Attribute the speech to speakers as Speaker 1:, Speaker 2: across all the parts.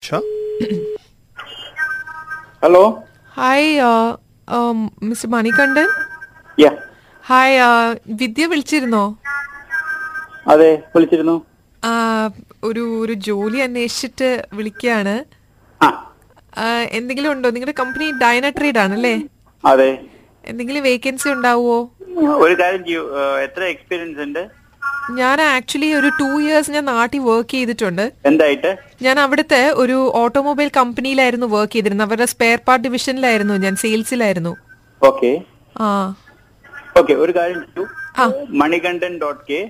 Speaker 1: अच्छा
Speaker 2: hello
Speaker 3: hi mister Manikandan
Speaker 2: yeah
Speaker 3: hi ആ, uh, Vidya വിളിച്ചിരുന്നോ
Speaker 2: അതെ വിളിച്ചിരുന്നു
Speaker 3: ആ, ഒരു ഒരു ജോലി അന്വേഷിച്ചിട്ട് വിളിക്കുകയാണ്
Speaker 2: ആ
Speaker 3: ആ, എന്തെങ്കിലും ഉണ്ടോ നിങ്ങളുടെ കമ്പനി ഡൈന ട്രേഡ് ആണല്ലേ
Speaker 2: അതെ
Speaker 3: എന്തെങ്കിലും വേക്കൻസി ഉണ്ടാവുമോ
Speaker 2: ഒരു കാര്യം ചെയ്യൂ ഏഹ്, എത്ര എക്സ്പീരിയൻസ് ഉണ്ട്
Speaker 3: ഞാൻ ആക്ച്വലി ഒരു ടു ഇയേഴ്സ് ഞാൻ നാട്ടിൽ വർക്ക് ചെയ്തിട്ടുണ്ട്
Speaker 2: എന്തായിട്ട്
Speaker 3: ഞാൻ അവിടുത്തെ ഒരു ഓട്ടോമൊബൈൽ കമ്പനിയിലായിരുന്നു വർക്ക് ചെയ്തിരുന്നത് അവരുടെ സ്പെയർ പാർട്ട് ഡിവിഷനിലായിരുന്നു ഞാൻ സെയിൽസിലായിരുന്നു
Speaker 2: ഓക്കെ
Speaker 3: ആ
Speaker 2: ഓക്കെ ഒരു കാര്യം ചെയ്യൂ Manikandan dot K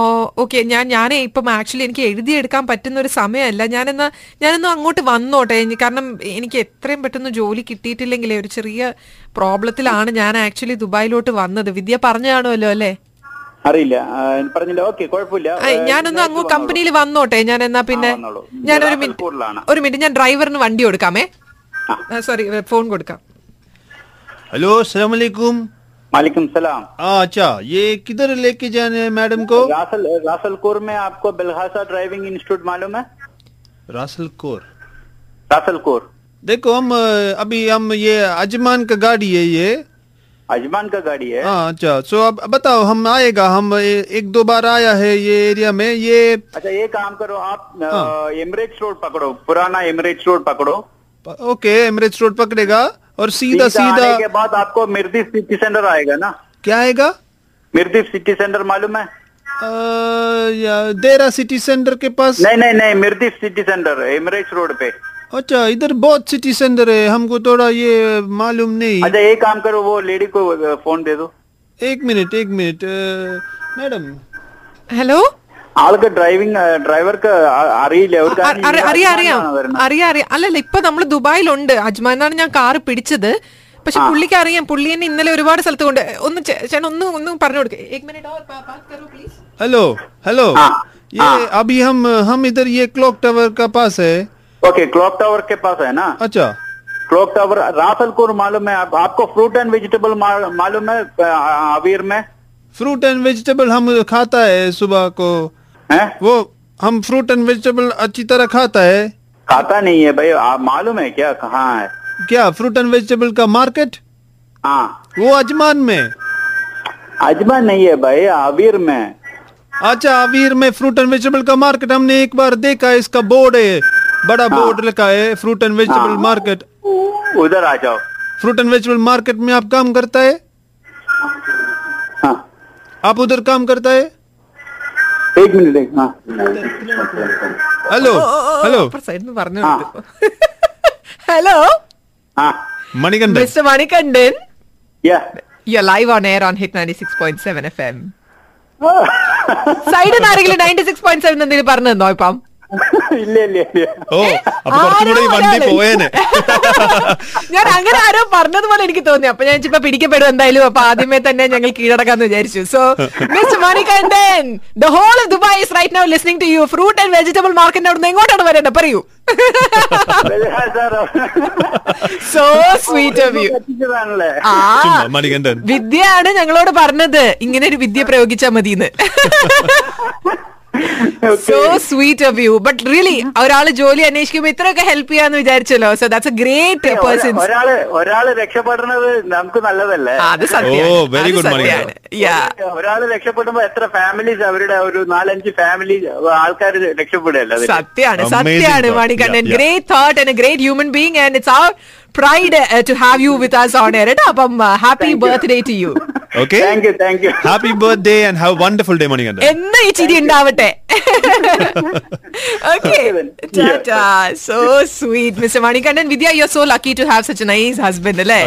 Speaker 3: O okay ഞാൻ ഞാനേ ഇപ്പം ആക്ച്വലി എനിക്ക് എഴുതിയെടുക്കാൻ പറ്റുന്ന ഒരു സമയമല്ല ഞാനെന്നാ ഞാനൊന്ന് അങ്ങോട്ട് വന്നോട്ടെ ഇനി കാരണം എനിക്ക് എത്രയും പെട്ടെന്ന് ജോലി കിട്ടിയിട്ടില്ലെങ്കിലേ ഒരു ചെറിയ പ്രോബ്ലത്തിലാണ് ഞാൻ ആക്ച്വലി ദുബായിലോട്ട് വന്നത് വിദ്യ പറഞ്ഞാണല്ലോ അല്ലേ
Speaker 2: അറിയില്ല ആ, പറഞ്ഞില്ല ഓക്കെ കുഴപ്പമില്ല
Speaker 3: ആ, ഞാനൊന്ന് അങ്ങ് കമ്പനിയിൽ വന്നോട്ടെ ഞാൻ എന്നാ പിന്നെ
Speaker 2: ആ, വന്നോളൂ.
Speaker 3: ഞാനൊരു മിനിറ്റ്
Speaker 2: കൂടുതലാണ്
Speaker 3: ഒരു മിനിറ്റ് ഞാൻ ഡ്രൈവറിന് വണ്ടി കൊടുക്കാമേ സോറി ഫോൺ കൊടുക്കാം
Speaker 1: हेलो अस्सलाम वालेकुम
Speaker 2: वालेकुम सलाम
Speaker 1: हाँ अच्छा ये किधर लेके जाने हैं मैडम को
Speaker 2: रासल रासलकोर में आपको बेलहासा ड्राइविंग इंस्टीट्यूट मालूम है
Speaker 1: रासलकोर
Speaker 2: रासलकोर
Speaker 1: देखो हम अ, अभी हम ये अजमान का गाड़ी है ये
Speaker 2: अजमान का गाड़ी है
Speaker 1: हाँ अच्छा सो अब बताओ हम आएगा हम ए- एक दो बार आया है ये एरिया में ये
Speaker 2: अच्छा ये काम करो आप एमरेट्स रोड पकड़ो पुराना एमरेट्स रोड पकड़ो
Speaker 1: प- ओके एमरेज रोड पकड़ेगा और सीधा
Speaker 2: आने के
Speaker 1: सीधा
Speaker 2: बाद आपको मिर्दिफ सिटी सेंटर आएगा ना
Speaker 1: क्या आएगा
Speaker 2: मिर्दिफ सिटी सेंटर मालूम है
Speaker 1: अ, या- देरा सिटी सेंटर के पास
Speaker 2: नहीं नहीं नहीं Mirdif city centre Emirates road पे
Speaker 1: अच्छा इधर बहुत सिटी सेंटर है हमको थोड़ा ये मालूम नहीं
Speaker 2: अच्छा ये काम करो वो लेडी को अ, फोन दे दो
Speaker 1: एक मिनट एक मिनट अ, मैडम
Speaker 3: ഹലോ
Speaker 2: ആൾക്ക് ഡ്രൈവിംഗ് ഡ്രൈവർക്ക് അറിയില്ല ഒരു
Speaker 3: അ-
Speaker 2: കാര്യം
Speaker 3: അറി-
Speaker 2: ചെയ്യൂ.
Speaker 3: അറിയാം അറിയാം
Speaker 2: അജ്മാനാണ് വരുന്നത്.
Speaker 3: അറിയാം അറിയാം അല്ലല്ല ഇപ്പൊ നമ്മൾ ദുബായിലുണ്ട് അജ്മാനാണ് ഞാൻ കാറ് പിടിച്ചത് പക്ഷെ പുള്ളിക്ക് അറിയാം പുള്ളി എന്നെ ഇന്നലെ ഒരുപാട് സ്ഥലത്ത് കൊണ്ട് ഒന്ന് ചേ- ചേട്ടൻ ഒന്ന് ഒന്ന് പറഞ്ഞു കൊടുക്കുക എക് മിനിറ്റ് ഓർ ബാ- ബാത് കരോ പ്ലീസ്
Speaker 1: हेलो हेलो
Speaker 2: हाँ,
Speaker 1: ये अभी हम हम इधर ये क्लॉक टावर का पास है
Speaker 2: ओके क्लॉक टावर के पास है ना
Speaker 1: अच्छा
Speaker 2: क्लॉक टावर रासलपुर मालूम है आप, आपको फ्रूट एंड वेजिटेबल मालूम है अ, अवीर में
Speaker 1: फ्रूट एंड वेजिटेबल हम खाता है सुबह को
Speaker 2: है
Speaker 1: वो हम फ्रूट एंड वेजिटेबल अच्छी तरह खाता है
Speaker 2: खाता नहीं है भाई आप मालूम है क्या कहाँ है
Speaker 1: क्या फ्रूट एंड वेजिटेबल का मार्केट
Speaker 2: हाँ
Speaker 1: वो अजमान में
Speaker 2: अजमा नहीं है भाई अवीर में
Speaker 1: अच्छा अवीर में फ्रूट एंड वेजिटेबल का मार्केट हमने एक बार देखा इसका बोर्ड है बड़ा
Speaker 2: हाँ।
Speaker 1: बोर्ड लिखा है फ्रूट एंड वेजिटेबल मार्केट
Speaker 2: उधर आ जाओ
Speaker 1: फ्रूट एंड वेजिटेबल मार्केट में आप काम करता है
Speaker 2: हाँ
Speaker 1: आप उधर काम करता है
Speaker 2: एक मिनट एक हाँ
Speaker 1: हेलो हेलो
Speaker 3: സൈഡിന്ന് പറഞ്ഞു ഹലോ
Speaker 2: हाँ
Speaker 1: मणिकंदन
Speaker 3: മിസ്റ്റർ മണികണ്ഠൻ
Speaker 2: या
Speaker 3: you live on air on hit ninety six point seven F M സൈഡിൽ നിന്ന് ആരെങ്കിലും നയൻറ്റി സിക്സ് പോയിന്റ് സെവൻ എന്തെങ്കിലും പറഞ്ഞു തന്നോ ഇപ്പം
Speaker 2: ഇല്ല ഇല്ല ഇല്ല
Speaker 1: ഓ അപ്പൊ കുറച്ചും കൂടെ ഈ
Speaker 3: ആരോ
Speaker 1: വണ്ടി
Speaker 3: ഒരാള്.
Speaker 1: പോയേനെ
Speaker 3: ഞാൻ അങ്ങനെ ആരോ പറഞ്ഞതുപോലെ എനിക്ക് തോന്നി അപ്പൊ ഞാൻ ഇപ്പൊ പിടിക്കപ്പെടും എന്തായാലും അപ്പൊ ആദ്യമേ തന്നെ ഞങ്ങൾ കീഴടക്കാന്ന് വിചാരിച്ചു so miss Manikandan the whole of Dubai is right now listening to you fruit and vegetable മാർക്കറ്റിന്റെ അവിടുന്ന് എങ്ങോട്ടാണ് വരേണ്ടത് പറയൂ
Speaker 2: sir
Speaker 3: so sweet of you
Speaker 2: കത്തിച്ചതാണല്ലേ
Speaker 3: ആ
Speaker 1: ചുമ്മാ മണികണ്ഠൻ
Speaker 3: വിദ്യയാണ് ഞങ്ങളോട് പറഞ്ഞത് ഇങ്ങനെ ഒരു വിദ്യ പ്രയോഗിച്ചാ മതിന്ന് so sweet of you but really ഒരാള് ജോലി അന്വേഷിക്കുമ്പോ ഇത്രയൊക്കെ ഹെൽപ്പ് ചെയ്യാന്ന് വിചാരിച്ചല്ലോ so that's a great person
Speaker 2: ഒരാള് ഒരാള് രക്ഷപ്പെടുന്നത് നമുക്ക് നല്ലതല്ലേ
Speaker 3: അത് സത്യമാണ്.
Speaker 1: ഓ, very
Speaker 3: അത്
Speaker 1: good morning.
Speaker 3: സത്യമാണ്. Yeah.
Speaker 2: ഒരാള് രക്ഷപ്പെടുമ്പോ എത്ര ഫാമിലീസ് അവരുടെ ഒരു നാലഞ്ച് ഫാമിലി ആൾക്കാർ രക്ഷപ്പെടുകയല്ലേ അതില്?
Speaker 3: സത്യാണ്
Speaker 1: Amazing
Speaker 3: സത്യാണ്
Speaker 1: thought.
Speaker 3: Manikandan
Speaker 1: Yeah, yeah.
Speaker 3: Great thought and great human being and it's our pride to have you with us on air കേട്ടോ അപ്പം uh, happy
Speaker 2: Thank you.
Speaker 3: Birthday to you
Speaker 1: okay
Speaker 2: thank you thank you
Speaker 1: happy birthday and have wonderful day Manikandan
Speaker 3: എന്ന് ഈ ചിരി ഉണ്ടാവട്ടെ okay
Speaker 2: Okay then. Yeah.
Speaker 3: So sweet mister Manikandan Vidya you are so lucky to have such nice husband അല്ലേ